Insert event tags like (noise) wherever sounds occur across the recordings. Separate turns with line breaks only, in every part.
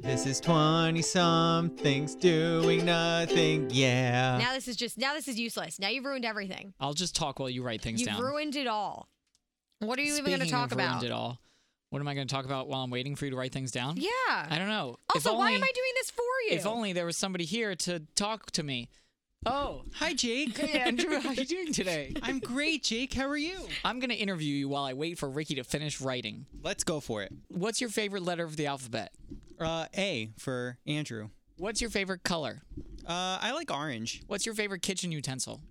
This is 20 somethings doing nothing. Yeah.
Now this is just now this is useless. Now you've ruined everything.
I'll just talk while you write things
You've
down.
ruined it all. What are you even going to
Speaking
talk
of ruined
about?
It all. What am I going to talk about while I'm waiting for you to write things down?
Yeah.
I don't know. If
also, why am
only-
I doing this for you?
If only there was somebody here to talk
(laughs)
to me. Oh, hi Jake. Hey (laughs) Andrew, how you
(laughs)
doing today?
I'm great, Jake. How are you?
I'm going to interview you while I wait for Ricky to finish writing.
Let's go for it.
What's your favorite letter of the alphabet?
Uh, A for Andrew.
What's your favorite color?
Uh, I like orange.
What's your favorite kitchen utensil?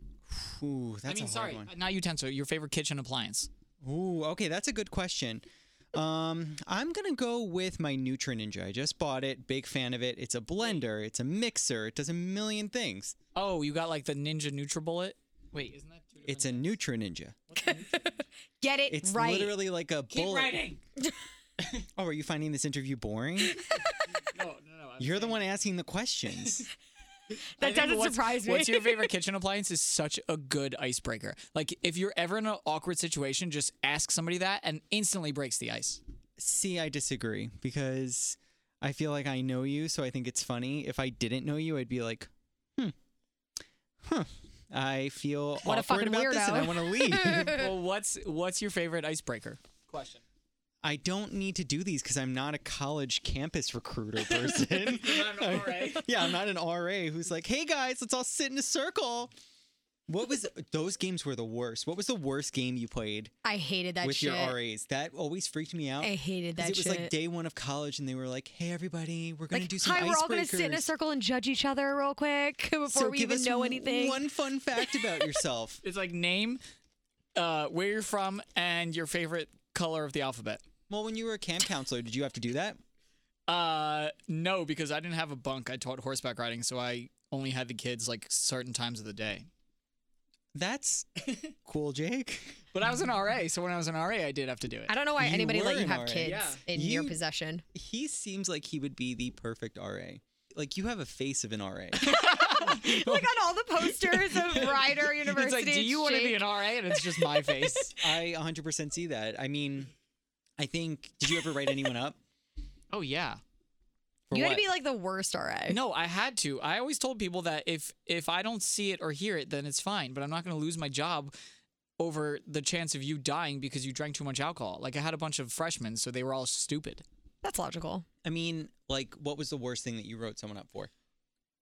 Ooh, that's
I mean,
a hard
sorry,
one.
not utensil. Your favorite kitchen appliance.
Ooh, okay, that's a good question. Um, I'm gonna go with my Nutra Ninja. I just bought it. Big fan of it. It's a blender. It's a mixer. It does a million things.
Oh, you got like the Ninja NutriBullet. Wait, isn't that? Two
It's a Nutra Ninja.
Get it
It's
right.
literally like a
Keep
bullet.
writing.
Oh, are you finding this interview
(laughs)
boring?
No, Oh, no, no. I'm-
You're the one asking the questions.
I
that
think
doesn't
what's-
surprise me.
What's your (laughs) favorite kitchen appliance is such a good icebreaker. Like if you're ever in an awkward situation, just ask somebody that and instantly breaks the ice.
See, I disagree because I feel like I know you, so I think it's funny. If I didn't know you, I'd be like, hmm, huh. I feel
(laughs) What a
awkward
fucking
about this, and I
weirdo.
want to leave. (laughs)
(laughs)
well, what's what's your favorite icebreaker? Question.
I don't need to do these because I'm not a college campus
(laughs)
recruiter person. (laughs) yeah, I'm not an RA who's like, hey guys, let's all sit in a circle. What was those games were the worst? What was the worst game you played
(laughs) I hated that
with
shit.
your RAs? That always freaked me out.
I hated
'cause
that
it was
shit.
like day one of college, and they were like, "Hey, everybody, we're gonna
Like,
do some
hi, we're all gonna
icebreakers."
sit in a circle and judge each other real quick (laughs) before
so
we
give
even
us
know
w-
anything.
One fun fact
(laughs)
about yourself.
It's like name, uh, where you're from, and your favorite color of the alphabet.
well, when you were a camp counselor, did you have to do that?
Uh, no, because I didn't have a bunk. I taught horseback riding, so I only had the kids like certain times of the day.
(laughs)
That's cool, Jake.
But I was an RA, so when I was an RA, I did have to do it.
I don't know why
You
anybody
were
let you
an
have
RA.
kids
Yeah.
in your
You-
(laughs)
possession.
He seems like he would be the perfect RA. Like you have a face of an
(laughs)
RA.
like on
(laughs)
all the posters of Rider University.
It's like, do you want to be an RA? And it's just my face.
I 100% see that. I mean, I think. Did you ever write anyone up?
(laughs) oh yeah.
For
You
what?
had to be like the worst RA.
No, I had to. I always told people that if if I don't see it or hear it, then it's fine. But I'm not going to lose my job over the chance of you dying because you drank too much alcohol. Like I had a bunch of freshmen, so they were all stupid.
That's logical.
I mean, like, what was the worst thing that you wrote someone up for?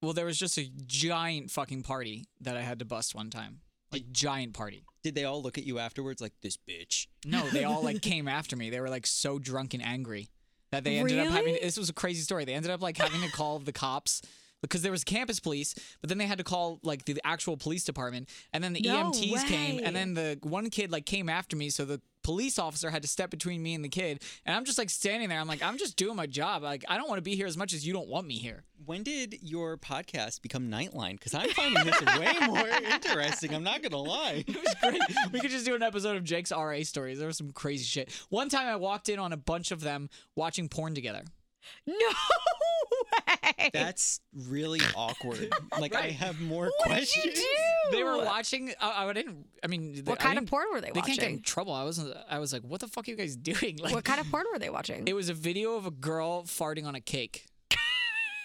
Well, there was just a giant fucking party that I had to bust one time. Like giant party.
Did they all look at you afterwards like this bitch?
No, they all
(laughs)
like came after me. They were like so drunk and angry that they ended up having.
Really?
This was a crazy story. They ended up like having to call the cops because there was campus police, but then they had to call like the actual police department, and then the
No
EMTs came,
way.
and then the one kid like came after me, so the police officer had to step between me and the kid, and I'm just like standing there. I'm like, I'm just doing my job. Like I don't want to be here as much as you don't want me here. (laughs)
When did your podcast become Nightline? Because I'm finding this
(laughs)
way more interesting. I'm not gonna lie.
great. We could just do an episode of Jake's RA stories. There was some crazy shit. One time I walked in on a bunch of them watching porn together.
No way.
That's really
(laughs)
awkward. Like, I
Right.
have more
what did you
questions.
do?
They were watching. I, I didn't. I mean,
What
I
kind of
didn't-
porn were they
They can't get in
watching?
trouble. I wasn't. I was like, what the fuck are you guys doing? (laughs) Like,
What kind of porn were they watching?
It was a video of a girl farting on a cake. (laughs)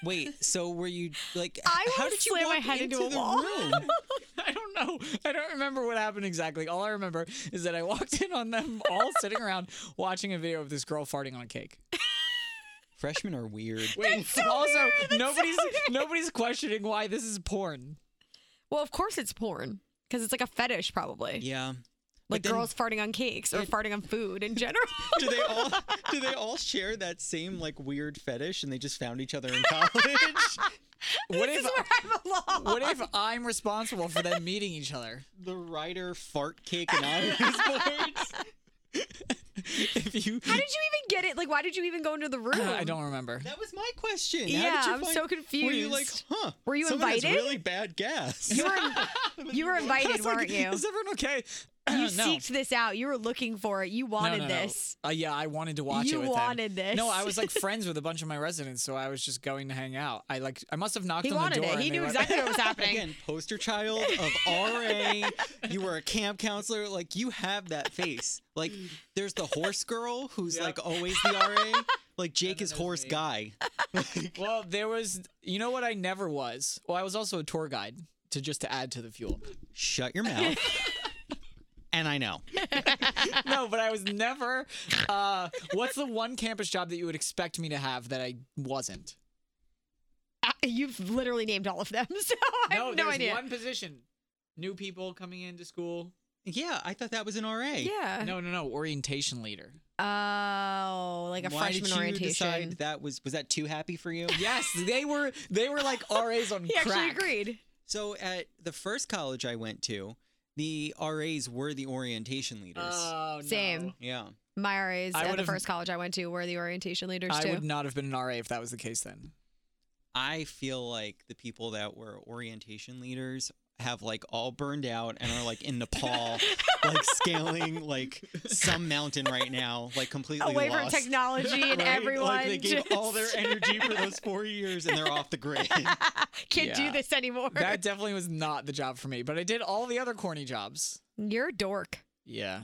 Wait, so were you like? h-
I
how
would
did you
slam my
walk
head
into,
into a
the
wall.
room?
(laughs)
I don't know. I don't remember what happened exactly. All I remember is that I (laughs) walked in on them all sitting around watching a video of this girl farting on
(laughs)
a cake.
Freshmen are weird.
Wait, also nobody's nobody's questioning why this is porn.
well, of course it's porn because it's like a fetish, probably.
Yeah.
like
then-
girls farting on cakes or farting on food in
(laughs)
general.
(laughs) do they all do they all share that same like weird fetish and they just found each other
(laughs)
in college
What
(laughs) this is
if
where I belong.
(laughs)
(laughs)
what if I'm responsible for them meeting each other?
the writer fart cake anonymous
(laughs)
boards
If you,
How
(laughs)
did you even get it? Like, why did you even go into the room?
I don't remember.
that was my question How did
Yeah,
you
I'm
find-
so
were you like
confused.
huh
Were you
someone has
invited?
really bad gas
You were
(laughs)
you were
I
invited,
was like,
weren't you?
Is everyone okay? (clears throat)
You
No.
seeked this out. You were looking for it. You wanted this.
Uh, yeah, I wanted to watch
You
it with them.
wanted this.
No, I was
(laughs)
like friends with a bunch of my residents, so I was just going to hang out. I like I must have knocked
He
on
wanted
the
(laughs)
door.
it.
and
He
they
knew
were-
exactly what was happening.
Again, poster child of RA. you were a camp counselor. Like you have that face. Like there's the horse girl who's like always the RA. Like Jake is horse guy.
(laughs) Well, there was. You know what? I never was. Well, I was also a tour guide to just to add to
(laughs)
the fuel.
Shut your mouth. and I know.
No, but I was never. Uh, what's the one campus job that you would expect me to have that I wasn't?
Uh, (laughs) You've literally named all of them, (laughs) so I have no
there's
idea.
one position. New people coming into school.
Yeah, I thought that was an RA.
Yeah.
No, no, no. Orientation leader.
Oh, like a
Why
freshman
did you
orientation.
decide that was was that too happy for you?
Yes, they were. They were
(laughs)
like RAs on
he
crack.
actually agreed.
So at the first college I went to, the RAs were the orientation leaders.
Uh.
Oh, no.
Same.
yeah.
My RAs
I
at the
would've-
first college I went to were the orientation leaders
I
too.
would not have been an RA if that was the case then.
I feel like the people that were orientation leaders have like all burned out and are like in Nepal,
(laughs)
like scaling like some mountain right now, like completely
Away
lost.
from
(laughs)
technology and
Right?
everyone.
like they
(laughs)
gave all their
just
energy for those four years and they're off the grid.
(laughs) can't
Yeah.
do this anymore.
That definitely was not the job for me, but I did all the other corny jobs.
You're a dork. (laughs)
Yeah.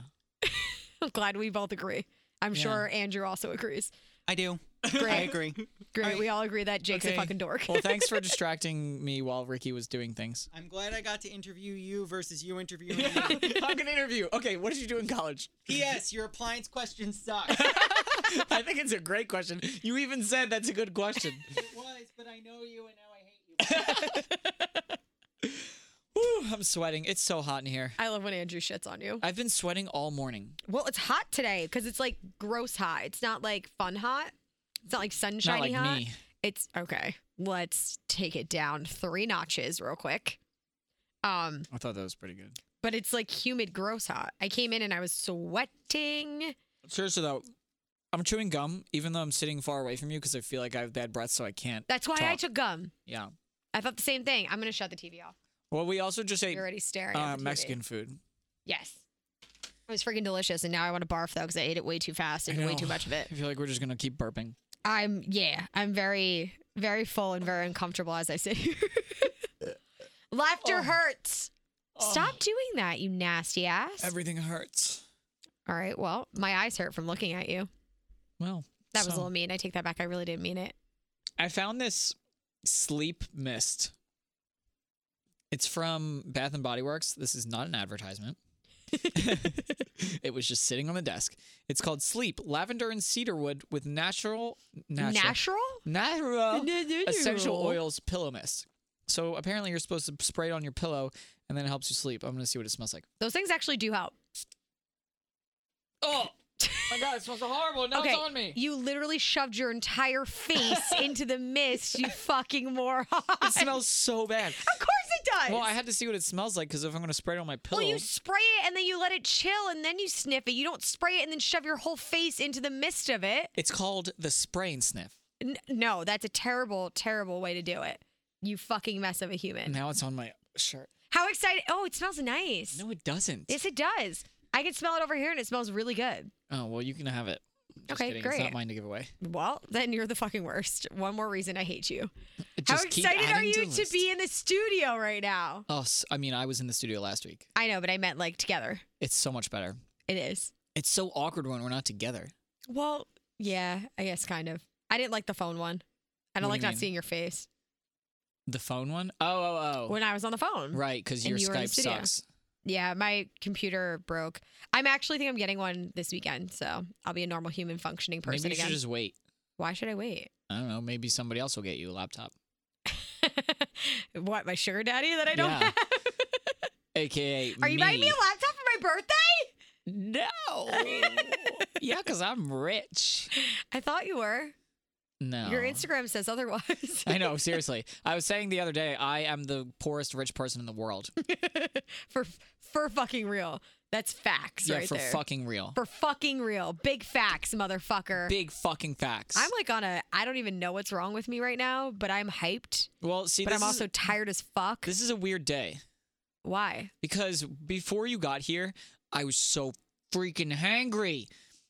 I'm glad we both agree. I'm
Yeah.
sure Andrew also agrees.
I do. I
Great.
agree.
Great. we all agree that Jake's
Okay.
a fucking dork.
Well,
(laughs)
thanks for distracting me while Ricky was doing things.
I'm glad I got to interview you versus you interviewing me.
(laughs)
I'm gonna interview. Okay, what did you do in college?
P.S. Your appliance question sucks.
I think it's a great question. You even said that's a
(laughs)
good question.
it was, but I know you and now I hate you.
Whew, I'm sweating. It's so hot in here.
I love when Andrew shits on you.
I've been sweating all morning.
Well, it's hot today because it's like gross hot. It's not like fun hot. It's not like
Not
sunshiny
like
hot.
me.
It's okay. Let's take it down three notches real quick. Um,
I thought that was pretty good.
but it's like humid, gross hot. I came in and I was sweating.
Seriously though, I'm chewing gum even though I'm sitting far away from you because I feel like I have bad breath, so I can't.
That's why I
talk.
took gum.
Yeah.
I thought the same thing. I'm gonna shut the TV off.
Well, we also just ate
You're already staring
uh,
at the TV.
Mexican food.
Yes. It was freaking delicious, and now I want to barf though because I ate it way too fast and
I
way
know.
too much of it.
(laughs) I feel like we're just gonna keep burping.
I'm yeah, I'm very very full and very uncomfortable as I sit here. (laughs) Laughter
Oh.
hurts. Stop doing that, you nasty ass.
Everything hurts.
All right, well, my eyes hurt from looking at you.
Well,
That was a
so-
little mean. I take that back. I really didn't mean it.
I found this sleep mist. It's from Bath and Body Works. This is not an
(laughs)
advertisement. it was just sitting on the desk. It's called Sleep Lavender and Cedarwood with natural natural
Natural?
natural
Natural.
essential oils pillow mist. So apparently you're supposed to spray it on your pillow and then it helps you sleep. I'm going to see what it smells like.
Those things actually do help.
Oh. My god, it smells horrible. Now
okay, you literally shoved your entire
(laughs)
face into the mist, you fucking moron. (laughs)
It smells so bad.
of course it does.
Well, I had to see what it smells like because if I'm going to spray it on my pillow,
Well, you spray it and then you let it chill and then you sniff it. You don't spray it and then shove your whole face into the mist of it.
it's called the spray and sniff.
N- no, that's a terrible, terrible way to do it. You fucking mess of a human.
Now it's on my shirt.
How excited! Oh, it smells nice.
No, it doesn't.
Yes, it does. I can smell it over here and it smells really good.
oh well, you can have it. Just
Okay,
kidding. It's not
great.
mine to give away.
Well, then you're the fucking worst. One more reason I hate you.
Just
How
keep
excited are
adding
you
the
to
list.
be in the studio right now?
Oh, s- I mean, I was in the studio last week.
I know, but I meant like together.
It's so much better.
It is.
It's so awkward when we're not together.
Well, yeah, I guess kind of. I didn't like the phone one. I don't
What do
like
you
not
mean?
seeing your face
The phone one. Oh, oh, oh.
when I was on the phone.
right, because
And
your
you were in the
Skype
studio.
sucks.
Yeah, my computer broke. I'm actually think I'm getting one this weekend, so I'll be a normal human functioning person
maybe you
again.
should just wait.
Why should I wait? (laughs)
I don't know. Maybe somebody else will get you a laptop,
what, my sugar daddy that I don't
Yeah.
have?
aka
Are you buying me a laptop for my birthday?
No. (laughs) yeah, because I'm rich.
I thought you were.
No.
Your Instagram says otherwise.
I know. Seriously, I was saying the other day, I am the poorest rich person in
(laughs)
the world.
for for fucking real. That's facts
yeah,
right
for
there.
fucking real.
for fucking real. Big facts, motherfucker.
Big fucking facts.
I'm like on a I don't even know what's wrong with me right now, but I'm hyped.
well, see,
But
this
I'm also
is,
tired as fuck.
this is a weird day
Why?
because before you got here, I was so freaking hangry.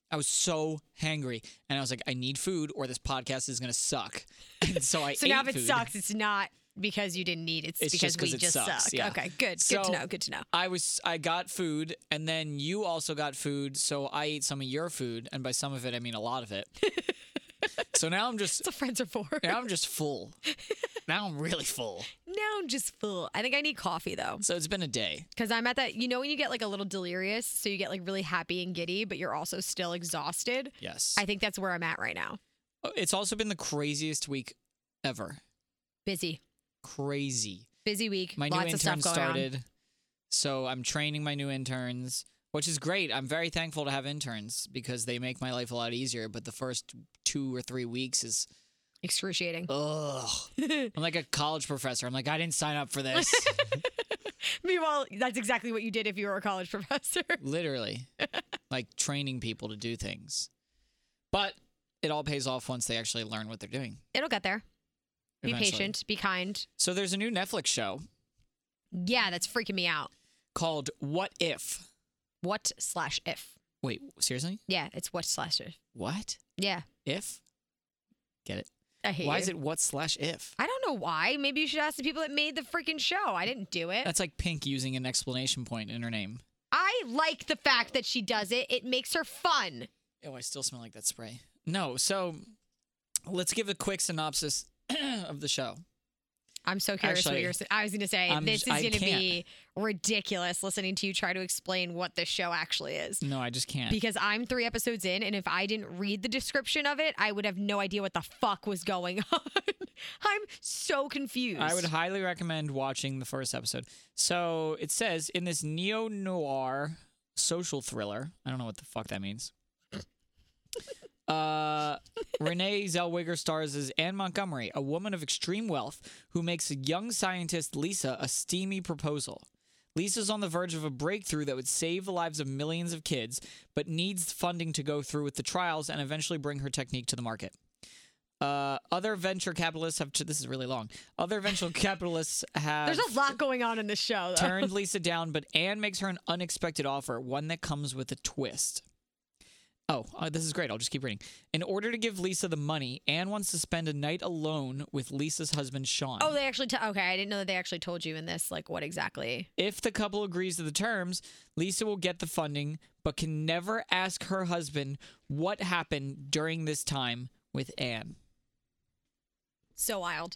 I was so hangry, and I was like, I need food, or this podcast is gonna suck. (laughs) And so
(laughs)
I
So
ate
now if it
food.
sucks, it's not because you didn't need it. It's,
It's
because
just 'cause
we
it
just
sucks,
suck.
yeah.
Okay, good. good
So-
to know. Good to know.
I was I got food and
(laughs)
then you also got food, so I ate some of your food, and by some of it I mean a lot of it. So now I'm just
That's what friends are for.
now I'm just full. Now I'm really full.
(laughs) Now I'm just full. I think I need coffee though.
So it's been a day.
Because I'm at that, you know, when you get like a little delirious, so you get like really happy and giddy, but you're also still exhausted.
Yes.
I think that's where I'm at right now.
Uh, it's also been the craziest week ever.
Busy,
Crazy.
busy week.
My
Lots
new
of stuff
intern
going
started. So I'm training my new interns, which is great. I'm very thankful to have interns because they make my life a lot easier, but the first 2 or 3 weeks is
on. Excruciating.
ugh. I'm like a college professor. I'm like I didn't sign up
(laughs)
for this.
(laughs) Meanwhile, that's exactly what you did if you were a college (laughs) professor.
literally like training people to do things but it all pays off once they actually learn what they're doing
It'll get there. Be
eventually.
patient. Be kind.
so there's a new netflix show
Yeah, that's freaking me out.
called what if
What slash if?
wait seriously
Yeah, it's what slash if.
what
Yeah,
if get it
I hate.
why
you.
is it what slash if
I don't know why. Maybe you should ask the people that made the freaking show. I didn't do it.
that's like pink using an explanation point in her name
I like the fact that she does it. It makes her fun.
oh i still smell like that spray no so let's give a quick synopsis (clears throat) of the show
I'm so curious what
Actually,
you're saying. I was going to say,
I'm
this
just-
is
I
going to be ridiculous listening to you try to explain what this show actually is.
no i just can't
Because I'm three episodes in, and if I didn't read the description of it, I would have no idea what the fuck was going (laughs) on. I'm so confused.
I would highly recommend watching the first episode. So it says in this neo noir social thriller, I don't know what the fuck that means. (coughs) Uh, Renee Zellweger stars as Anne Montgomery, a woman of extreme wealth who makes young scientist Lisa a steamy proposal. Lisa's on the verge of a breakthrough that would save the lives of millions of kids, but needs funding to go through with the trials and eventually bring her technique to the market. Uh, other venture capitalists have. this is really long. Other venture (laughs) capitalists have.
There's a lot going on in this show, though.
turned Lisa down, but Anne makes her an unexpected offer, one that comes with a twist. Oh, uh, this is great. I'll just keep reading. In order to give Lisa the money, Anne wants to spend a night alone with Lisa's husband, Sean.
Oh, they actually. T- okay, I didn't know that they actually told you in this, like, what exactly.
If the couple agrees to the terms, Lisa will get the funding, but can never ask her husband what happened during this time with Anne.
So wild.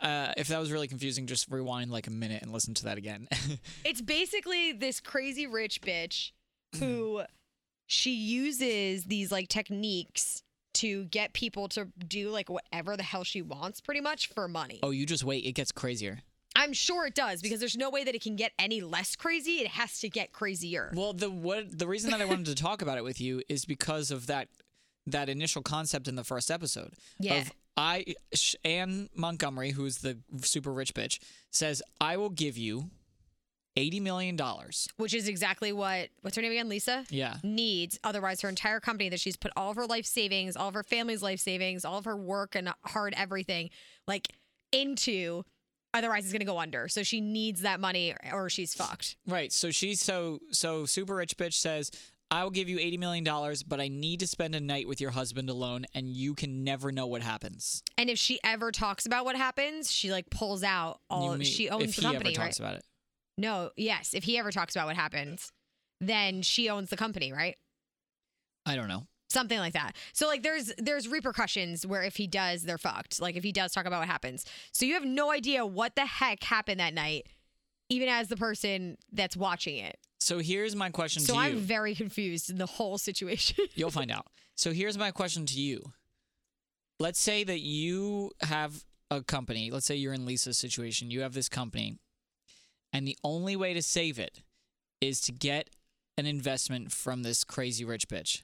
Uh, if that was really confusing, just rewind like a minute and listen to that again. (laughs)
It's basically this crazy rich bitch who (clears throat) she uses these like techniques to get people to do like whatever the hell she wants pretty much for money.
oh, you just wait. It gets crazier.
I'm sure it does because there's no way that it can get any less crazy. It has to get crazier.
Well, the what the reason that I wanted to talk about it with you is because of that that initial concept in the first episode.
Yeah.
Of I Sh- Anne Montgomery, who's the super rich bitch, says, "I will give you eighty million dollars."
Which is exactly what what's her name again, Lisa?
Yeah.
Needs. Otherwise her entire company that she's put all of her life savings, all of her family's life savings, all of her work and hard everything, like into otherwise it's gonna go under. So she needs that money or she's fucked.
Right. So she's so so super rich bitch says, "I will give you eighty million dollars, but I need to spend a night with your husband alone, and you can never know what happens."
And if she ever talks about what happens, she like pulls out all
You mean-
she owns
if
the
he
company,
ever
right?
talks about it.
no, yes. If he ever talks about what happens, then she owns the company, right?
I don't know.
Something like that. So like there's there's repercussions where if he does, they're fucked. Like if he does talk about what happens. So you have no idea what the heck happened that night, even as the person that's watching it.
So here's my question
So
to
I'm
you.
very confused in the whole situation. (laughs)
You'll find out. So here's my question to you. Let's say that you have a company. Let's say you're in Lisa's situation. You have this company, and the only way to save it is to get an investment from this crazy rich bitch.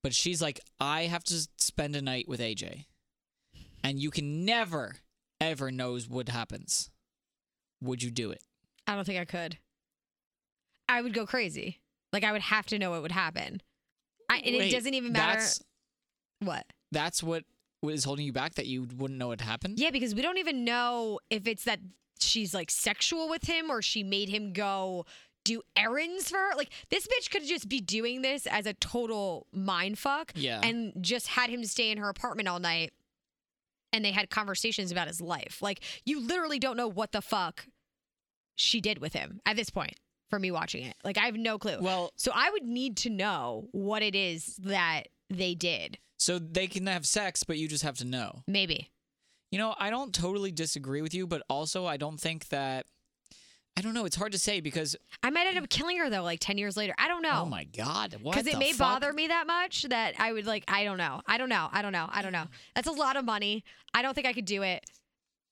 But she's like, I have to s- spend a night with AJ, and you can never, ever knows what happens. Would you do it?
I don't think I could. I would go crazy. Like I would have to know what would happen. I, and
Wait,
it doesn't even matter
That's
what.
that's what is holding you back. That you wouldn't know what happened.
Yeah, because we don't even know if it's that she's like sexual with him or she made him go do errands for her. Like this bitch could just be doing this as a total mind fuck.
Yeah.
And just had him stay in her apartment all night and they had conversations about his life. Like you literally don't know what the fuck she did with him at this point for me watching it. Like I have no clue.
Well,
so I would need to know what it is that they did.
So they can have sex, but you just have to know.
Maybe.
You know, I don't totally disagree with you, but also I don't think that. I don't know. It's hard to say because
I might end up killing her though, like 10 years later. I don't know.
oh my god, what?
because it
the
may
fuck?
bother me that much that I would like I don't know I don't know I don't know I don't know that's a lot of money I don't think I could do it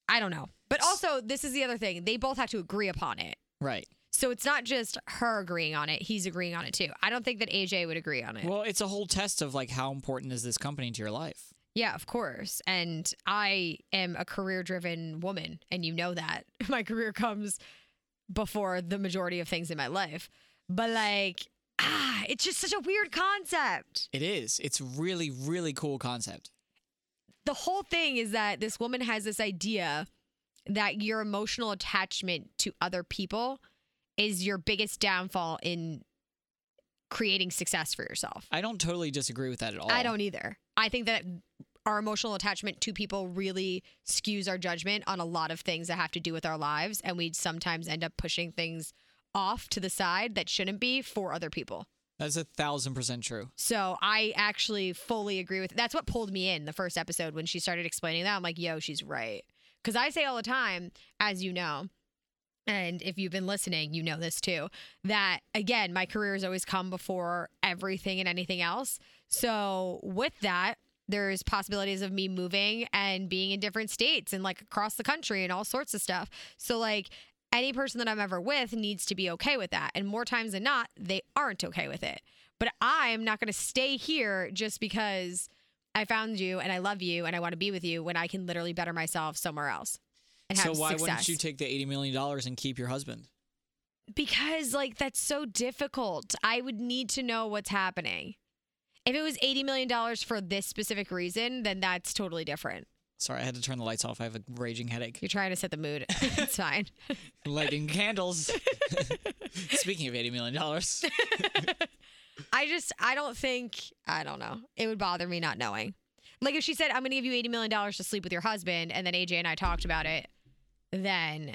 I don't know but also this is the other thing they both have to agree upon it
Right.
so it's not just her agreeing on it he's agreeing on it too I don't think that AJ would agree on it
Well, it's a whole test of like how important is this company to your life.
yeah of course and I am a career driven woman and you know that (laughs) my career comes before the majority of things in my life but like ah it's just such a weird concept
It is. It's really, really cool concept.
the whole thing is that this woman has this idea that your emotional attachment to other people is your biggest downfall in creating success for yourself.
I don't totally disagree with that at all.
I don't either. I think that our emotional attachment to people really skews our judgment on a lot of things that have to do with our lives. And we sometimes end up pushing things off to the side that shouldn't be for other people.
That's a thousand percent true.
So I actually fully agree with that's what pulled me in the first episode when she started explaining that. I'm like, yo, she's right. Cause I say all the time, as you know, and if you've been listening, you know this too, that again, my career has always come before everything and anything else. So with that, there's possibilities of me moving and being in different states and like across the country and all sorts of stuff. So like any person that I'm ever with needs to be okay with that. And more times than not, they aren't okay with it. But I'm not going to stay here just because I found you and I love you and I want to be with you when I can literally better myself somewhere else. And
So
have
why wouldn't
success.
you take the eighty million dollars and keep your husband?
Because like that's so difficult. I would need to know what's happening. If it was $80 million for this specific reason, then that's totally different.
Sorry, I had to turn the lights off. I have a raging
(laughs)
headache.
You're trying to set the mood. it's fine.
Lighting candles. (laughs) Speaking of eighty million dollars,
I just, I don't think, I don't know. It would bother me not knowing. Like if she said, I'm going to give you $80 million to sleep with your husband, and then AJ and I talked about it, then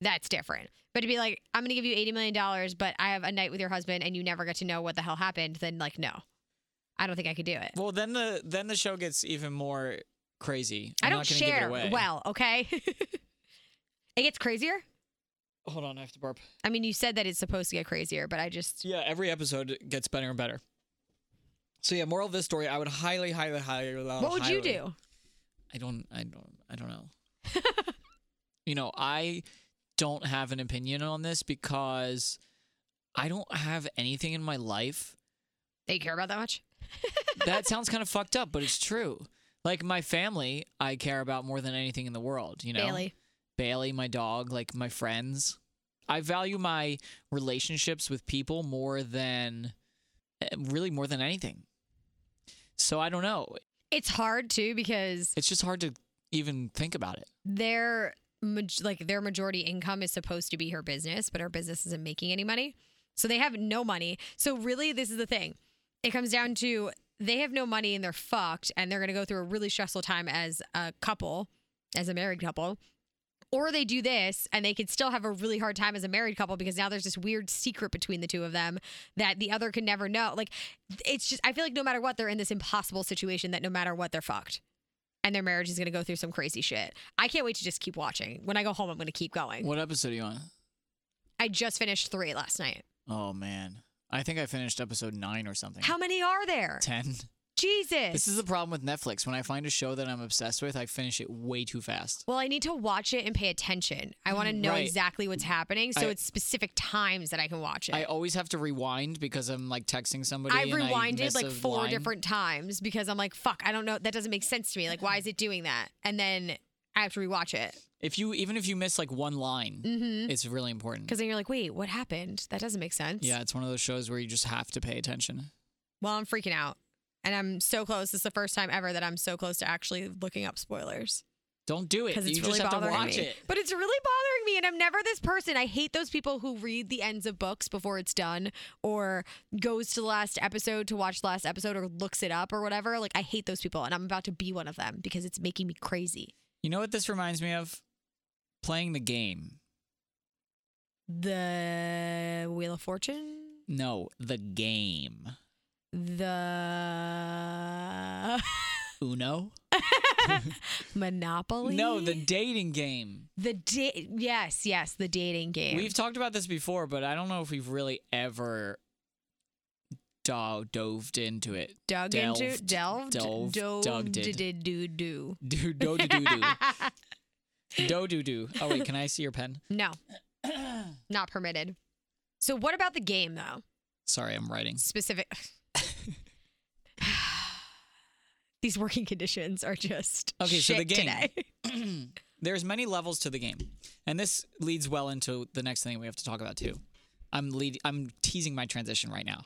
that's different. But to be like, I'm going to give you $80 million, but I have a night with your husband and you never get to know what the hell happened, then like, no. I don't think I could do it.
well then the then the show gets even more crazy.
I'm
I'm
I do
not
not
gonna Give
share
it away.
well, okay? (laughs) it gets crazier.
hold on, I have to burp.
I mean, you said that it's supposed to get crazier, but I just
Yeah, every episode gets better and better. So yeah, moral of this story, I would highly, highly, Oh, highly.
what would you do?
I don't, I don't, I don't know. (laughs) you know, I don't have an opinion on this because I don't have anything in my life.
They care about that much? (laughs)
That sounds kind of fucked up, but it's true. Like my family, I care about more than anything in the world. You know,
Bailey.
Bailey, my dog, like my friends. I value my relationships with people more than eh, really more than anything. So I don't know.
It's hard too because
It's just hard to even think about it.
their maj- like their majority income is supposed to be her business, but her business isn't making any money. So they have no money. So really this is the thing. It comes down to they have no money and they're fucked and they're going to go through a really stressful time as a couple, as a married couple. or they do this and they could still have a really hard time as a married couple because now there's this weird secret between the two of them that the other could never know. Like, it's just, I feel like no matter what, they're in this impossible situation that no matter what, they're fucked. And their marriage is going to go through some crazy shit. I can't wait to just keep watching. When I go home, I'm going to keep going.
What episode are you on?
I just finished three last night.
Oh man, I think I finished episode nine or something.
How many are there?
Ten. This
Jesus.
is the problem with Netflix. When I find a show that I'm obsessed with, I finish it way too fast.
Well, I need to watch it and pay attention. I want to know
Mm, Right.
exactly what's happening. So
I-
it's specific times that I can watch it.
I always have to rewind because I'm like texting somebody.
I've
and I
rewinded
miss
like
a
four
line.
different times because I'm like, fuck, I don't know. That doesn't make sense to me. Like, why is it doing that? And then I have to rewatch it
If you even if you miss like one line,
Mhm.
it's really important.
because then you're like, wait, what happened? That doesn't make sense.
Yeah, it's one of those shows where you just have to pay attention.
Well, I'm freaking out. And I'm so close. This is the first time ever that I'm so close to actually looking up spoilers
Don't do it.
because it's
you
really
just have to
bothering
watch
me.
it.
But it's really bothering me, and I'm never this person. I hate those people who read the ends of books before it's done, or goes to the last episode to watch the last episode, or looks it up or whatever. Like I hate those people, and I'm about to be one of them because it's making me crazy.
You know what this reminds me of? Playing the game.
The Wheel of Fortune?
No, the game. (laughs)
the
Uno?
Monopoly.
No, the dating game.
the da- yes, yes, the dating game.
We've talked about this before, but I don't know if we've really ever do- doved into it. (laughs)
dug into
delved,
delved dove
delved, dugged.
did do do.
Do do do
(laughs)
do do do do do. Oh wait, can I see
(clears throat)
your pen?
No, not permitted. So what about the game though?
Sorry, I'm writing.
Specific. (sighs) These working conditions are just
Okay, so the
shit
game.
today. (laughs)
There's many levels to the game, and this leads well into the next thing we have to talk about too. I'm lead- I'm teasing my transition right now.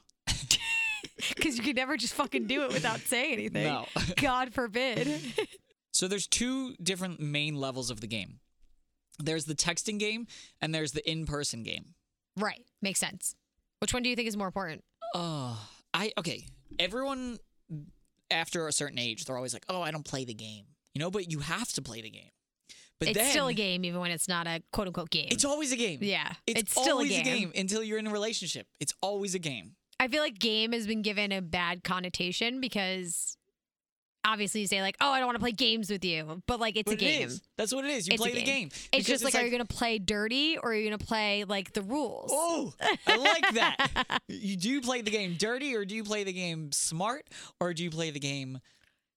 because you could never just fucking do it
(laughs)
without saying anything.
No.
God forbid.
So there's two different main levels of the game. There's the texting game and there's the in-person game.
right, makes sense. Which one do you think is more important?
Oh, I okay. Everyone after a certain age, they're always like, "Oh, I don't play the game," you know. But you have to play the game. But
it's
then,
still a game, even when it's not a quote unquote game.
It's always a game.
yeah,
It's,
still
always a game. until you're in a relationship. It's always a game.
I feel like game has been given a bad connotation because obviously you say like, "Oh, I don't want to play games with you," but like it's
But
a game.
It is. That's what it is. You
It's a
play the
game.
game.
It's
Because
just like, are you gonna play dirty or are you gonna play like the rules?
Oh, I like that. you do you play the game dirty, or do you play the game smart, or do you play the game?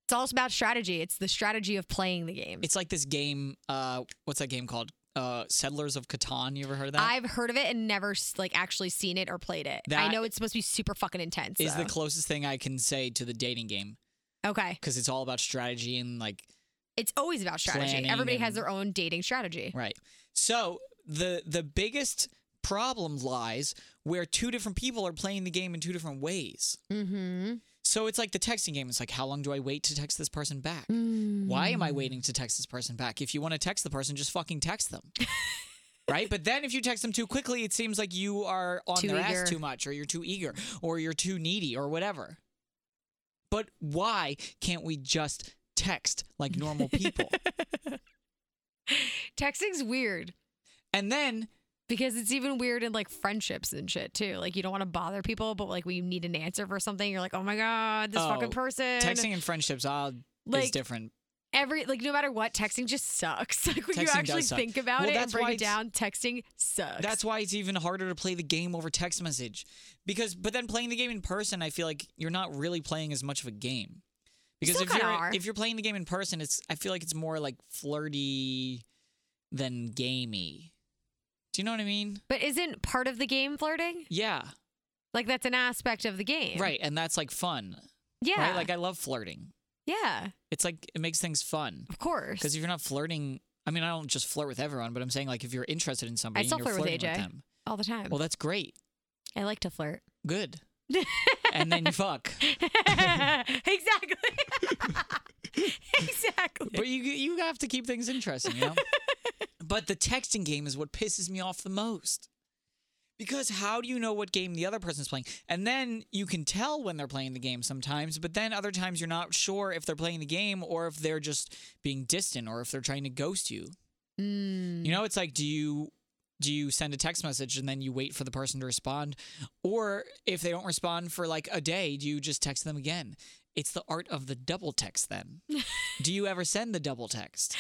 It's all about strategy. It's the strategy of playing the game.
It's like this game. Uh, what's that game called? Uh, Settlers of Catan. You ever heard of that?
I've heard of it and never s- like actually seen it or played it. I
That
know it's supposed to be super fucking intense.
Is
though.
the closest thing I can say to the dating game
okay?
because it's all about strategy and like
It's always about strategy.
Planning
Everybody has
and-
their own dating strategy.
right. So the the biggest problem lies where two different people are playing the game in two different ways.
Mm-hmm.
So it's like the texting game. It's like, how long do I wait to text this person back?
Mm.
Why am I waiting to text this person back? If you want to text the person, just fucking text them. (laughs) right? But then if you text them too quickly, it seems like you are on
Too
their
eager.
ass too much, or you're too eager, or you're too needy, or whatever. But why can't we just text
(laughs)
like normal people?
Texting's weird
and then
because it's even weird in like friendships and shit too. Like you don't want to bother people, but like when you need an answer for something, you're like, oh my god, this
Oh,
fucking person.
texting and friendships uh,
Like,
is different.
every like no matter what, texting just sucks. (laughs) Like when
Texting
you
does
actually
suck.
think about
Well,
it and
that's
break
why
it
it's-
down, texting sucks.
That's why it's even harder to play the game over text message. Because but then playing the game in person, I feel like you're not really playing as much of a game. Because
Still
if you're
kinda are.
if you're playing the game in person, it's I feel like it's more like flirty than gamey. Do you know what I mean?
but isn't part of the game flirting?
Yeah.
Like that's an aspect of the game,
Right. And that's like fun.
Yeah,
Right? Like I love flirting.
yeah,
It's like it makes things fun.
of course.
Because if you're not flirting I mean, I don't just flirt with everyone, but I'm saying like if you're interested in
I
somebody
still
and you're
flirt with
flirting
AJ.
them.
all the time.
Well, that's great.
I like to flirt.
(laughs)
(laughs)
Good. and then you fuck.
exactly. (laughs) exactly. (laughs)
but you you have to keep things interesting, you know. but the texting game is what pisses me off the most. Because how do you know what game the other person's playing? And then you can tell when they're playing the game sometimes, but then other times you're not sure if they're playing the game or if they're just being distant or if they're trying to ghost you.
Mm.
You know, it's like do you do you send a text message and then you wait for the person to respond or if they don't respond for like a day, do you just text them again? It's the art of the double
(laughs)
text then. do you ever send the double text?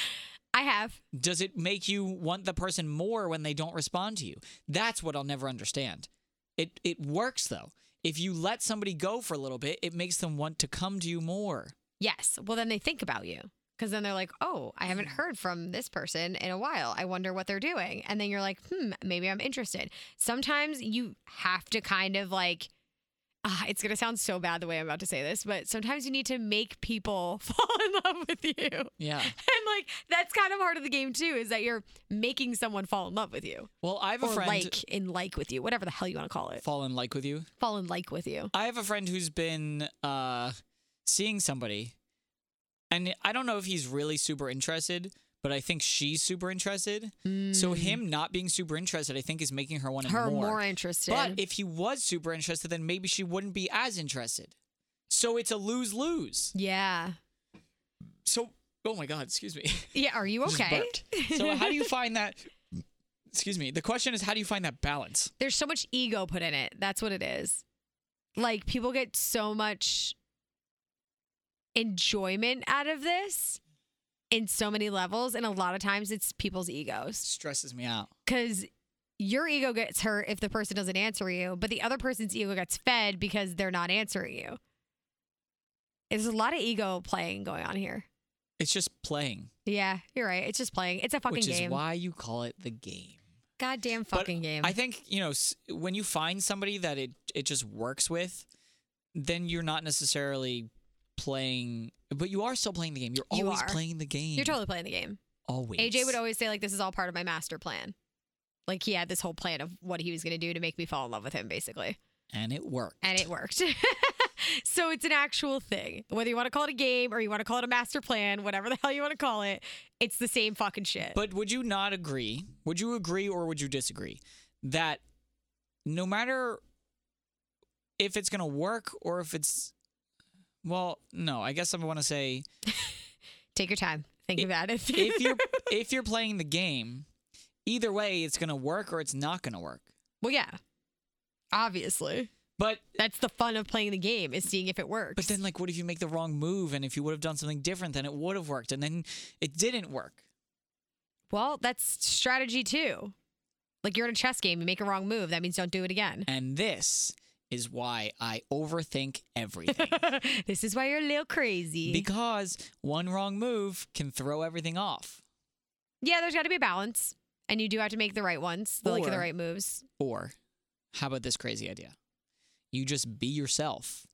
I have.
Does it make you want the person more when they don't respond to you? That's what I'll never understand. It it works though. If you let somebody go for a little bit, it makes them want to come to you more.
Yes. Well, then they think about you because then they're like, oh, I
Mm.
haven't heard from this person in a while. I wonder what they're doing. And then you're like, hmm, maybe I'm interested. Sometimes you have to kind of like, ah, it's going to sound so bad the way I'm about to say this, but sometimes you need to make people (laughs) fall in love with you. (laughs)
Yeah.
And like, that's kind of part of the game too, is that you're making someone fall in love with you
Well, I have a
or
friend
like in like with you, whatever the hell you want to call it.
fall in like with you.
Fall in like with you.
I have a friend who's been uh, seeing somebody, and I don't know if he's really super interested, but I think she's super interested. So him not being super interested, I think, is making her want him
Hmm. Her more,
more.
interested.
but if he was super interested, then maybe she wouldn't be as interested. So it's a lose lose.
yeah.
So oh my god, excuse me. (laughs)
Yeah. Are you
Just
okay?
burped. so how do you find that? Excuse me. The question is, how do you find that balance?
There's so much ego put in it. That's what it is. like people get so much enjoyment out of this in so many levels and a lot of times it's people's egos
stresses me out.
because your ego gets hurt if the person doesn't answer you, but the other person's ego gets fed because they're not answering you. There's a lot of ego playing going on here.
It's just playing,
Yeah, you're right. It's just playing. It's a fucking
which is
game.
why you call it the game.
Goddamn
But
fucking game.
I think you know s- when you find somebody that it it just works with, then you're not necessarily playing, but you are still playing the game. You're
You
always
are.
playing the game.
you're totally playing the game.
always.
AJ would always say like, "This is all part of my master plan." Like he had this whole plan of what he was going to do to make me fall in love with him, basically.
and it worked.
and it worked. (laughs) so it's an actual thing. Whether you want to call it a game or you want to call it a master plan, whatever the hell you want to call it, it's the same fucking shit.
But would you not agree? Would you agree or would you disagree that no matter if it's going to work or if it's well, no, I guess I want to say
Take your time. Think
If-
about it.
if you're if you're playing the game, either way it's going to work or it's not going to work.
(laughs) well, yeah. Obviously.
But
That's the fun of playing the game is seeing if it works.
but then like what if you make the wrong move and if you would have done something different then it would have worked and then it didn't work.
well, that's strategy too. Like you're in a chess game, you make a wrong move, that means don't do it again. (laughs)
And this is why I overthink
(laughs)
everything.
this is why you're a little crazy.
because one wrong move can throw everything off.
yeah, there's got to be a balance, and you do have to make the right ones, the, like the
Or-
right moves.
Or how about this crazy idea? You just be yourself.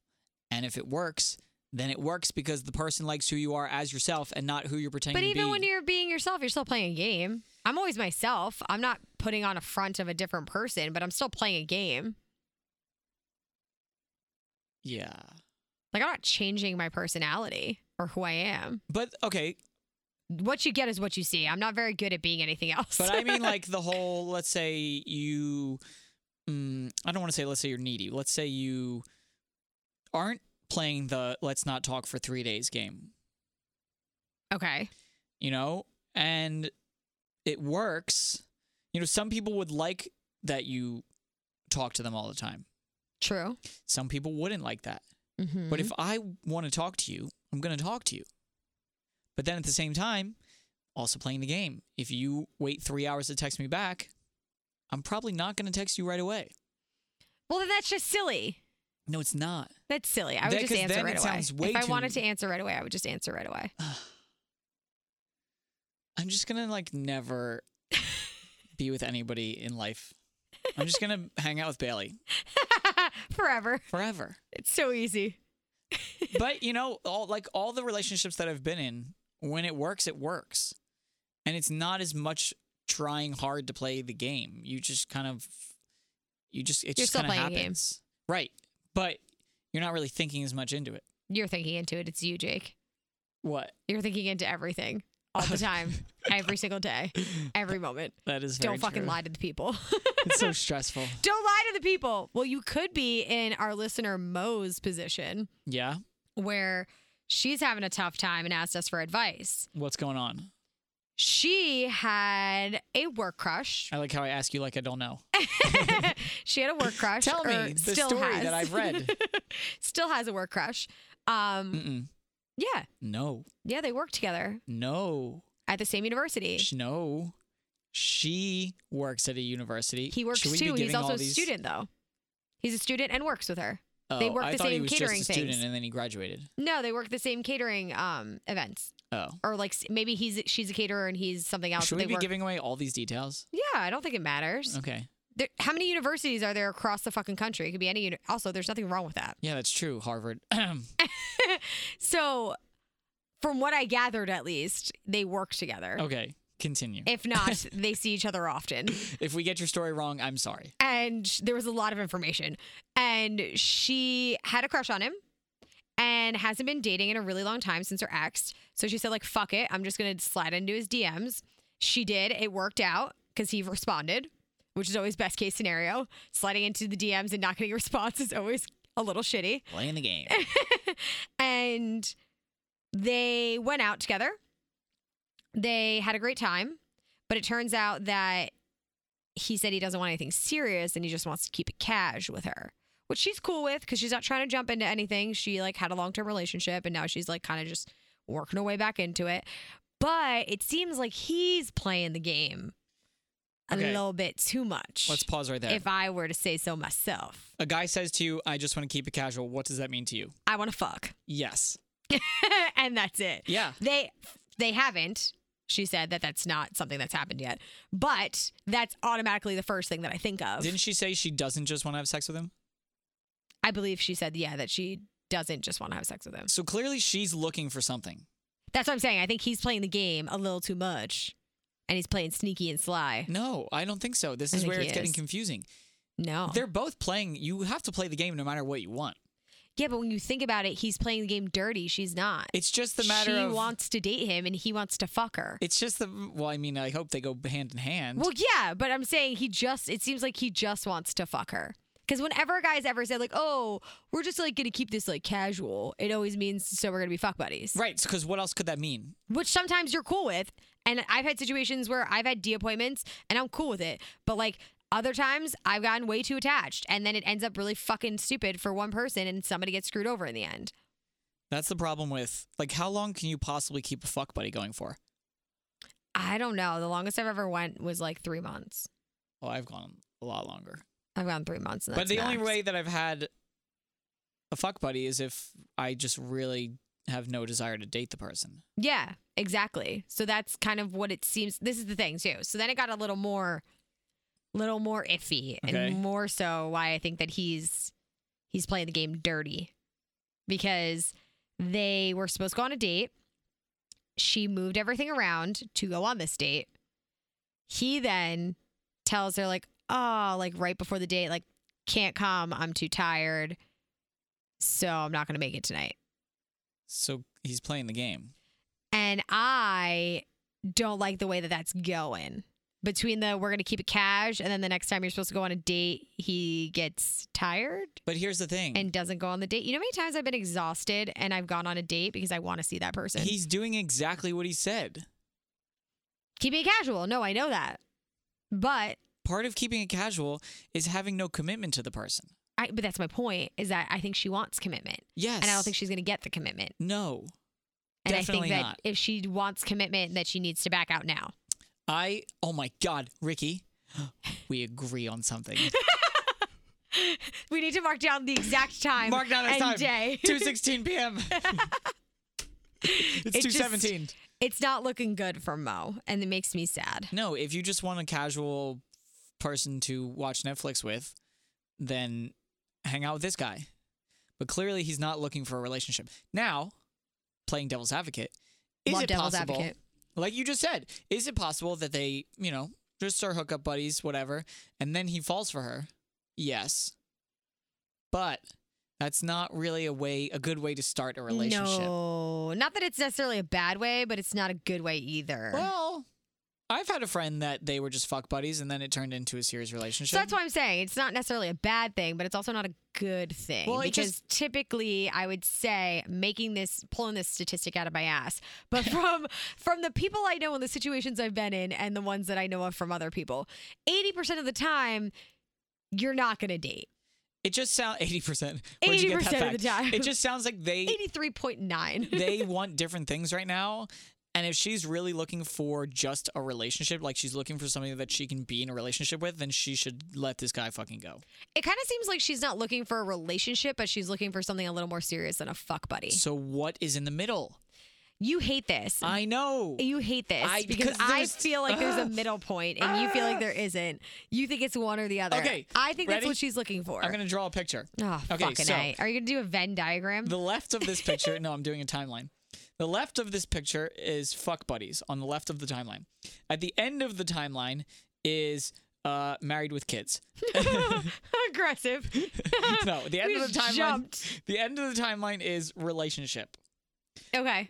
And if it works, then it works because the person likes who you are as yourself and not who you're pretending
But
to be.
even when you're being yourself, you're still playing a game. I'm always myself. I'm not putting on a front of a different person, but I'm still playing a game.
yeah.
Like I'm not changing my personality or who I am.
But okay,
What you get is what you see. I'm not very good at being anything else.
but I mean like the whole let's say you mm, I don't want to say let's say you're needy. Let's say you aren't playing the let's not talk for 3 days game.
(laughs) okay.
you know, and it works. You know, some people would like that you talk to them all the time.
True.
Some people wouldn't like that.
Mm-hmm.
But if I want to talk to you, I'm going to talk to you. But then at the same time, also playing the game. If you wait three hours to text me back, I'm probably not going to text you right away.
well, then that's just silly.
No, it's not.
That's silly. I would
That-
just
'cause
answer
then
right
it
away.
sounds way
if I
too-
wanted to answer right away, I would just answer right
(laughs)
away. (laughs)
I'm just going to like (laughs) never be with anybody in life. I'm just going to hang out with Bailey
Forever.
forever.
It's so easy.
but you know, all like all the relationships that I've been in, when it works, it works, and it's not as much trying hard to play the game. You just kind of, you just it
You're
just
still
kind of
playing a game.
happens, right? But you're not really thinking as much into it.
You're thinking into it. It's you, Jake.
What?
You're thinking into everything all the
(laughs)
time, every single day, every moment.
That is
Don't
very
fucking
true.
lie to the people. (laughs)
(laughs) It's so stressful.
Don't lie to the people. Well, you could be in our listener Mo's position
Yeah.
where she's having a tough time and asked us for advice.
What's going on?
She had a work crush. (laughs)
I like how I ask you like I don't know.
she had a work crush.
Tell
or
me the
still
story
has.
that I've read.
(laughs)
Mm.
still has a work crush. Um,
Mm-mm.
yeah,
No.
yeah, they work together
No.
at the same university.
Sh- No. She works at a university.
He works
Should we be
too. He's
giving
also
all
a
these-
student though. He's a student and works with her.
Oh,
They work
I
the
thought he
same
was
catering
just a student
things.
and then he graduated.
No, they work the same catering um events.
Oh.
Or like s- maybe he's she's a caterer and he's something else.
Should
they
we be
work-
giving Uh. away all these details?
Yeah, I don't think it matters.
Okay.
There, how many universities are there across the fucking country? It could be any. Uni- also, there's nothing wrong with that.
Yeah, that's true. Harvard. (clears throat)
So, from what I gathered, at least they work together.
okay. Continue. If,
If
(laughs)
not, they see each other often.
we get your story wrong, I'm sorry.
And sh- there was a lot of information. And she had a crush on him and hasn't been dating in a really long time since her ex. So she said, like, fuck it. I'm just going to slide into his DMs. She did. It worked out because he responded, which is always best case scenario. Sliding into the DMs and not getting (laughs) a response is always a little shitty.
Playing
(laughs)
the game.
and they went out together. They had a great time, but it turns out that he said he doesn't want anything serious and he just wants to keep it cash with her, which she's cool with because she's not trying to jump into anything. She like had a long term relationship and now she's like kind of just working her way back into it. But it seems like he's playing the game a
Okay.
little bit too much.
Let's pause right there.
If I were to say so myself,
a guy says to you, I just want to keep it casual, what does that mean to you?
I want to fuck, (laughs)
Yes.
and that's it.
Yeah.
They they haven't. She said that that's not something that's happened yet, but that's automatically the first thing that I think of.
Didn't she say she doesn't just want to have sex with him?
I believe she said yeah that she doesn't just want to have sex with him.
So clearly she's looking for something.
That's what I'm saying. I think he's playing the game a little too much, and he's playing sneaky and sly.
No, I don't think so. This
I
is
think
where
he
it's getting
is. Oh.
confusing.
No.
They're both playing. You have to play the game no matter what you want.
yeah, but when you think about it, he's playing the game dirty. She's not.
It's just the matter
she
of.
wants to date him, and he wants to fuck her.
it's just the. Well, I mean, I hope they go hand in hand.
Well, yeah, but I'm saying he just, it seems like he just wants to fuck her. Because whenever a guy's ever said, like, oh, we're just like going to keep this like casual, it always means so we're going to be fuck buddies,
right, because what else could that mean?
which sometimes you're cool with. And I've had situations where I've had D appointments and I'm cool with it. But like other times, I've gotten way too attached. And then it ends up really fucking stupid for one person and somebody gets screwed over in the end.
That's the problem with. Like, how long can you possibly keep a fuck buddy going for?
I don't know. The longest I've ever went was like three months.
Well, Oh, I've gone a lot longer.
I've gone three months. And
but
that's
the only
max.
way that I've had a fuck buddy is if I just really have no desire to date the person.
Yeah, exactly. So that's kind of what it seems. This is the thing too. So then it got a little more, little more iffy,
Okay.
and more so why I think that he's he's playing the game dirty because they were supposed to go on a date. She moved everything around to go on this date. He then tells her like, "Oh, like right before the date, like can't come. I'm too tired, so I'm not gonna make it tonight."
So he's playing the game.
and I don't like the way that that's going. Between the we're gonna keep it cash, and then the next time you're supposed to go on a date, he gets tired
But here's the thing.
and doesn't go on the date. You know how many times I've been exhausted and I've gone on a date because I want to see that person.
He's doing exactly what he said.
keep it casual. No, I know that, but
Part of keeping it casual is having no commitment to the person.
I but that's my point is that I think she wants commitment,
Yes.
and I don't think she's gonna get the commitment.
No.
And
Definitely
I think that
not.
if she wants commitment, that she needs to back out now.
I. Oh my God, Ricky. (gasps) We agree on something.
We need to mark down the exact time,
(laughs) Mark down this
and
time.
day.
2:16 (laughs) p.m. it's
It
two
just-
seventeen.
It's not looking good for Mo, and it makes me sad.
No, if you just want a casual person to watch Netflix with, then hang out with this guy. But clearly, he's not looking for a relationship. Now, playing devil's advocate, is
Love
it
devil's
possible?
advocate.
Like you just said, is it possible that they, you know, just are hookup buddies, whatever, and then he falls for her? Yes, but that's not really a way, a good way to start a relationship.
No, not that it's necessarily a bad way, but it's not a good way either.
Well, I've had a friend that they were just fuck buddies, and then it turned into a serious relationship.
so that's why I'm saying it's not necessarily a bad thing, but it's also not a good thing.
Well, it
because
just-
typically, I would say making this pulling this statistic out of my ass,
(laughs)
but from from the people I know and the situations I've been in, and the ones that I know of from other people, eighty percent of the time, you're not going to date.
It just sounds eighty percent. Where'd you get that
80%
fact?
of the time.
It just sounds like they
Eighty three point nine.
they want different things right now. And if she's really looking for just a relationship, like she's looking for somebody that she can be in a relationship with, then she should let this guy fucking go.
It kind of seems like she's not looking for a relationship, but she's looking for something a little more serious than a fuck buddy.
So what is in the middle?
You hate this.
I know.
you hate this
I-
because,
because
I
there's-
feel like there's a
(laughs) Ah!
middle point and you feel like there isn't. You think it's one or the other.
Okay,
I think that's
ready?
what she's looking for.
I'm gonna draw a picture.
oh,
Okay,
fucking
so-
A. Are you going to do a Venn diagram?
The (laughs) left of this picture, no, I'm doing a timeline. The left of this picture is fuck buddies on the left of the timeline. At the end of the timeline is uh, married with
(laughs)
kids.
(laughs) Aggressive.
no, the end
We
of the
just
timeline.
jumped.
The end of the timeline is relationship.
Okay.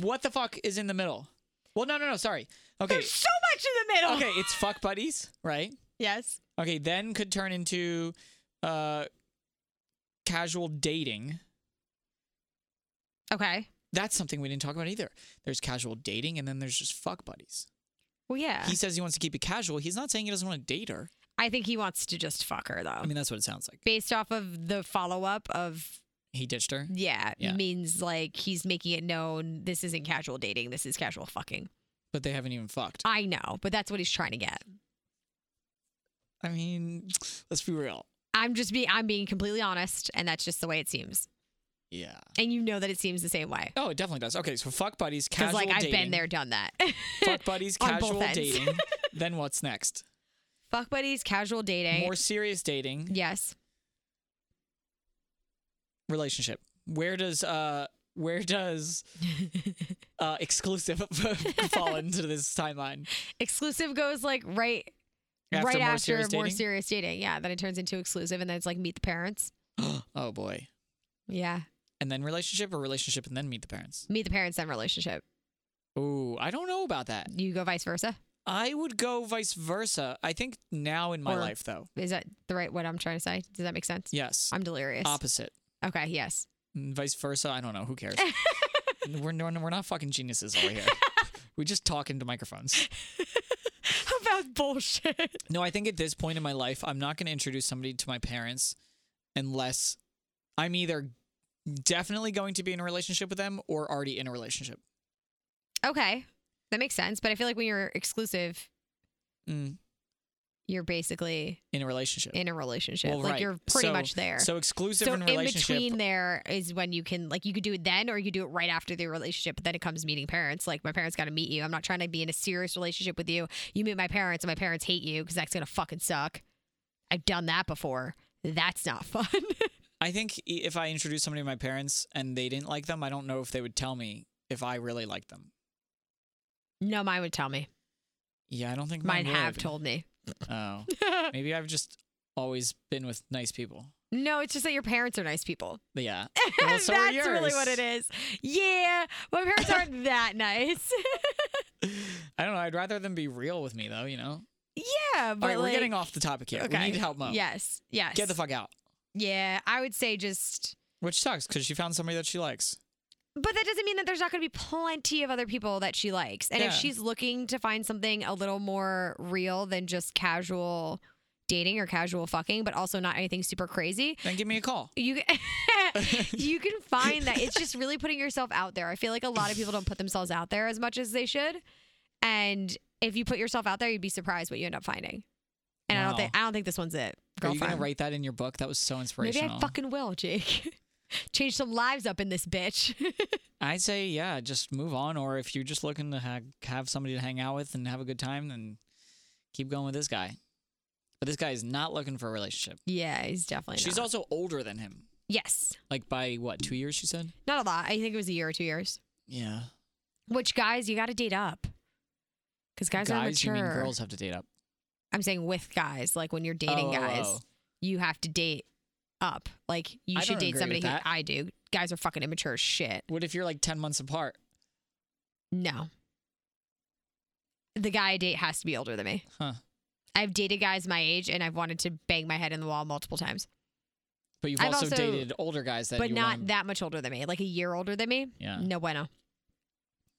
What the fuck is in the middle? Well, no, no, no. Sorry. Okay,
There's so much in the middle.
(laughs) okay. It's fuck buddies, right?
Yes.
Okay, then could turn into uh, casual dating.
Okay.
That's something we didn't talk about either. There's casual dating, and then there's just fuck buddies.
Well, yeah.
He says he wants to keep it casual. He's not saying he doesn't want to date her.
I think he wants to just fuck her though.
I mean, that's what it sounds like.
Based off of the follow up of
He ditched her.
yeah,
Yeah.
means like he's making it known this isn't casual dating, this is casual fucking.
but they haven't even fucked.
I know, but that's what he's trying to get.
I mean, (sniffs) let's be real.
I'm just being I'm being completely honest, and that's just the way it seems.
Yeah.
And you know that it seems the same way
Oh, it definitely does. Okay, so fuck buddies,
because
casual
like I've
dating.
been there, done that. (laughs)
Fuck buddies,
on both
casual
ends.
dating.
(laughs)
then what's next?
Fuck buddies, casual dating.
More serious dating,
yes, (laughs)
relationship. Where does uh where does uh exclusive (laughs) fall into this timeline? (gasps)
exclusive goes like right
After
right
more
after
serious
more
dating?
serious dating. Yeah, then it turns into exclusive, and then it's like meet the parents.
oh boy.
Yeah,
And then relationship or relationship and then meet the parents.
meet the parents then relationship.
Ooh, I don't know about that.
You go vice versa.
I would go vice versa. I think now in my
Or-
life though.
Is that the right what I'm trying to say? Does that make sense?
Yes.
I'm delirious.
Opposite.
okay,
(laughs)
yes.
and vice versa. I don't know.
(laughs)
Who cares? we're, we're we're not fucking geniuses over here. we just talk into microphones.
About bullshit.
No, I think at this point in my life, I'm not going to introduce somebody to my parents unless I'm either definitely going to be in a relationship with them or already in a relationship.
Okay, that makes sense. But I feel like when you're exclusive,
Mm,
you're basically
in a relationship.
in a relationship.
Well,
like
right.
you're pretty
So-
much there.
So exclusive
So
in
in
a relationship.
between there is when you can like you could do it then or you could do it right after the relationship. But then it comes meeting parents. Like my parents got to meet you. I'm not trying to be in a serious relationship with you. You meet my parents and my parents hate you because that's gonna fucking suck. I've done that before. That's not (laughs) fun.
I think i- if I introduced somebody to my parents and they didn't like them, I don't know if they would tell me if I really liked them.
no, mine would tell me.
Yeah, I don't think
Mine
would.
have told me. (laughs)
Oh, maybe I've just always been with nice people.
no, it's just that your parents are nice people. (laughs)
But yeah. Well, so are
that's really what it
yours.
is. Yeah, my parents aren't (laughs) that nice.
(laughs) I don't know. I'd rather them be real with me, though, you know?
yeah, but
All
like,
right, we're getting off the topic here.
Okay.
We need help, Mo.
Yes. Yes.
Get the fuck out.
Yeah, I would say just.
Which sucks because she found somebody that she likes.
But that doesn't mean that there's not going to be plenty of other people that she likes. And if
Yeah.
she's looking to find something a little more real than just casual dating or casual fucking, but also not anything super crazy,
Then give me a call.
you can, (laughs) you can find that. It's just really putting yourself out there. I feel like a lot of people don't put themselves out there as much as they should. And if you put yourself out there, you'd be surprised what you end up finding. And I
Wow.
don't think I don't think this one's it.
Are you
Girlfriend.
going to write that in your book? That was so
Maybe
inspirational.
I fucking will, Jake. (laughs) Change some lives up in this bitch. (laughs)
I'd say, yeah, just move on. Or if you're just looking to ha- have somebody to hang out with and have a good time, then keep going with this guy. But this guy is not looking for a relationship.
yeah, he's definitely.
She's
not.
also older than him.
yes,
Like by what, two years, she said?
not a lot. I think it was a year or two years.
Yeah.
Which guys, you got to date up, because guys, are
guys you
mature.
mean girls have to date up.
I'm saying with guys, like when you're
Oh,
dating
oh,
guys,
oh.
you have to date up. Like you
I
should
don't
date
agree
somebody
with
who
that.
I do. Guys are fucking immature as shit.
What if you're like 10 months apart?
No, the guy I date has to be older than me.
Huh.
I've dated guys my age, and I've wanted to bang my head in the wall multiple times.
But you've
I've
also,
also-
dated older guys that
but
you
not
wanna-
that much older than me, like a year older than me.
Yeah.
No bueno.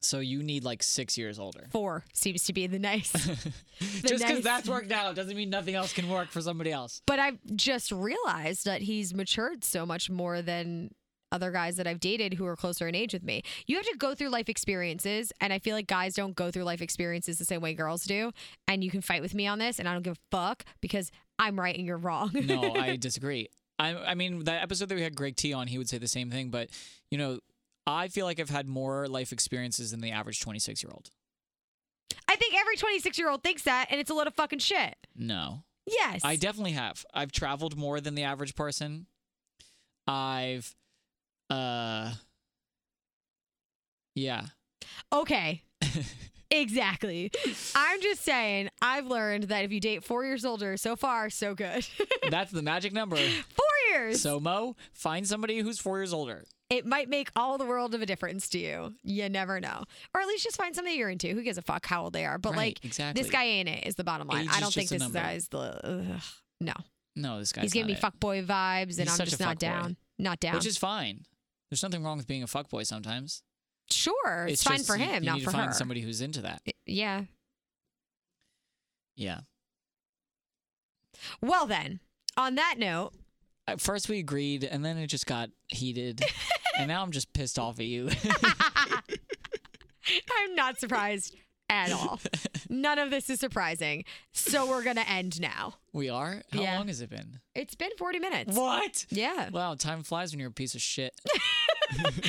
So you need like six years older. (laughs)
Four seems to be the nice. (laughs)
Just because
nice-
that's worked out doesn't mean nothing else can work for somebody else.
but I've just realized that he's matured so much more than other guys that I've dated who are closer in age with me. You have to go through life experiences, and I feel like guys don't go through life experiences the same way girls do. And you can fight with me on this, and I don't give a fuck because I'm right and you're wrong.
No, I disagree. I, I mean, that episode that we had Greg T on, he would say the same thing. But, you know, I feel like I've had more life experiences than the average 26 year old.
(laughs) I think every 26 year old thinks that, and it's a lot of fucking shit.
No.
Yes.
I definitely have. I've traveled more than the average person. I've, uh,
(laughs)
yeah. (laughs)
Okay. exactly. I'm just saying, I've learned that if you date four years older, so far, so good. (laughs) four
That's the magic number.
years.
So Mo, find somebody who's four years older.
it might make all the world of a difference to you. You never know. Or at least just find somebody you're into. Who gives a fuck how old they are? But
Right,
like,
exactly.
this guy ain't it, is the bottom line.
Age
I
is
don't think
just a
this
number.
guy's the. Ugh, no.
No, this guy's
He's giving
not
me
it.
fuckboy vibes, and
He's
I'm
such a
just not
fuckboy.
down. Not down.
which is fine. There's nothing wrong with being a fuckboy sometimes.
sure, it's, fine
just
for
you-
him,
you
not
need
for
to find
her.
somebody who's into that.
Yeah.
Yeah.
Well, then, on that note, (laughs)
At first we agreed, and then it just got
(laughs)
heated, and now I'm just pissed off at you. (laughs)
I'm not surprised at
(laughs)
all. None of this is surprising. So we're going to end now.
we are. How
Yeah.
long has it been?
It's been 40 minutes.
What? (laughs)
Yeah.
Wow, time flies when you're a piece of shit.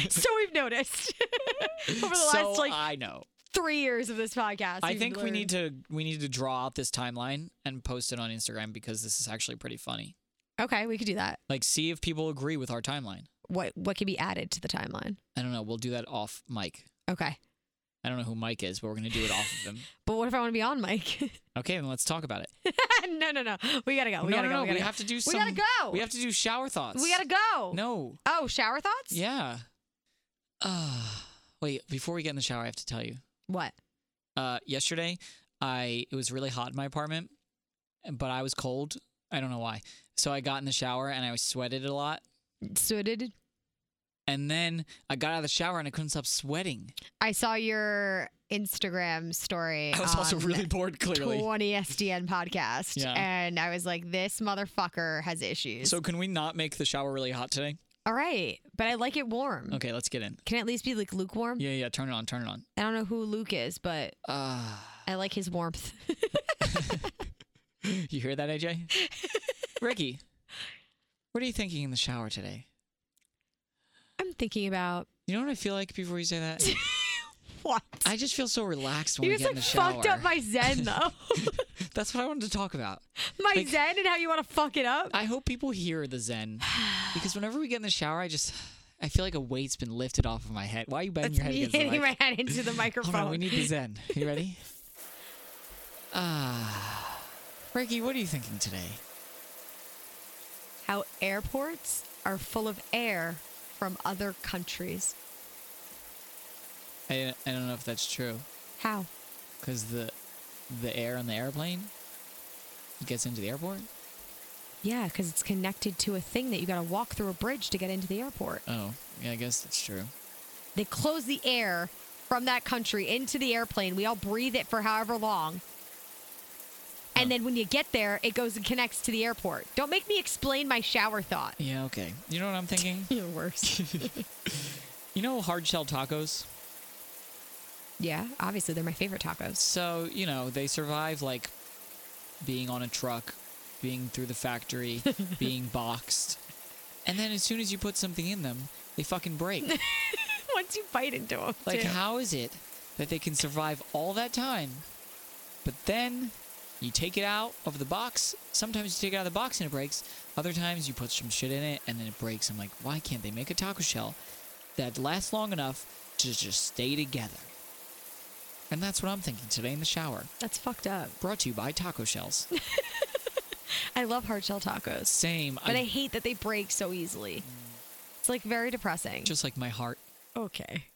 so we've noticed (laughs) over the
so
last like
I know.
three years of this podcast.
I
we've
think we
learned-
need to we need to draw out this timeline and post it on Instagram because this is actually pretty funny.
Okay, we could do that.
Like, see if people agree with our timeline.
What what could be added to the timeline?
I don't know. We'll do that off mic.
Okay,
I don't know who Mike is, but we're gonna do it off
(laughs)
of him.
but what if I want to be on Mike?
Okay, then let's talk about it.
(laughs) no, no, no. We gotta go. We
no,
gotta
no,
go.
no.
we gotta go.
have to do.
We
Some,
gotta go.
We have to do shower thoughts.
We gotta go.
No.
Oh, shower thoughts?
Yeah. (sighs) Uh, wait. Before we get in the shower, I have to tell you.
What?
Uh, yesterday, I it was really hot in my apartment, but I was cold. I don't know why. So I got in the shower and I sweated a lot.
So did
And then I got out of the shower and I couldn't stop sweating. (laughs)
I saw your Instagram story.
I was also
on
really bored, clearly.
20 SDN podcast,
Yeah.
and I was like, this motherfucker has issues.
So can we not make the shower really hot today?
All right, but I like it warm.
Okay, let's get in.
Can it at least be like lukewarm?
Yeah, yeah. Turn it on. Turn it on.
I don't know who Luke is, but
Ah,
I like his warmth.
you hear
(laughs)
that, AJ? Ricky, what are you thinking in the shower today?
I'm thinking
(laughs)
about
You know what I feel like before you say that?
(laughs) what?
I just feel so relaxed when
you
we
just like
get in the shower.
fucked up my Zen though.
(laughs) That's what I wanted to talk about.
my
Like-
Zen and how you want to fuck it up.
I hope people hear the zen because whenever we get in the shower, I just I feel like a weight's been lifted off of my head. Why are you banging your head
me
against the
hitting
mic?
my head into the microphone.
(laughs) Hold on, we need the zen.
(laughs)
You ready? Ah, Ricky, what are you thinking today?
how airports are full of air from other countries.
I, I don't know if that's true
How?
because the the air on the airplane gets into the airport.
Yeah, because it's connected to a thing that you got to walk through a bridge to get into the airport.
Oh, yeah, I guess that's true.
They close the air from that country into the airplane. We all breathe it for however long. And then when you get there, it goes and connects to the airport. Don't make me explain my shower thought.
Yeah, okay. You know what I'm thinking?
(laughs) You're worse.
you know hard shell tacos?
(laughs) yeah, obviously they're my favorite tacos.
So, you know, they survive like being on a truck, being through the factory, being boxed. And then as soon as you put something in them, they fucking break.
(laughs) Once you bite into them,
Like, how is it that they can survive all that time, but then you take it out of the box? Sometimes you take it out of the box and it breaks. Other times you put some shit in it and then it breaks. I'm like, why can't they make a taco shell that lasts long enough to just stay together? And that's what I'm thinking today in the shower.
that's fucked up.
Brought to you by Taco
(laughs)
Shells.
I love hard shell tacos,
Same.
but I,
I-
hate that they break so easily. It's like very depressing.
just like my heart.
okay.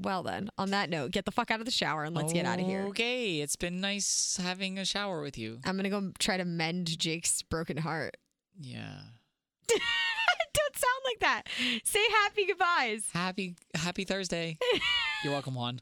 Well then, on that note, get the fuck out of the shower and let's get out of here.
Okay, it's been nice having a shower with you.
I'm gonna go try to mend Jake's broken heart.
Yeah.
(laughs) Don't sound like that. Say happy goodbyes. (laughs)
Happy Happy Thursday. You're welcome, Juan.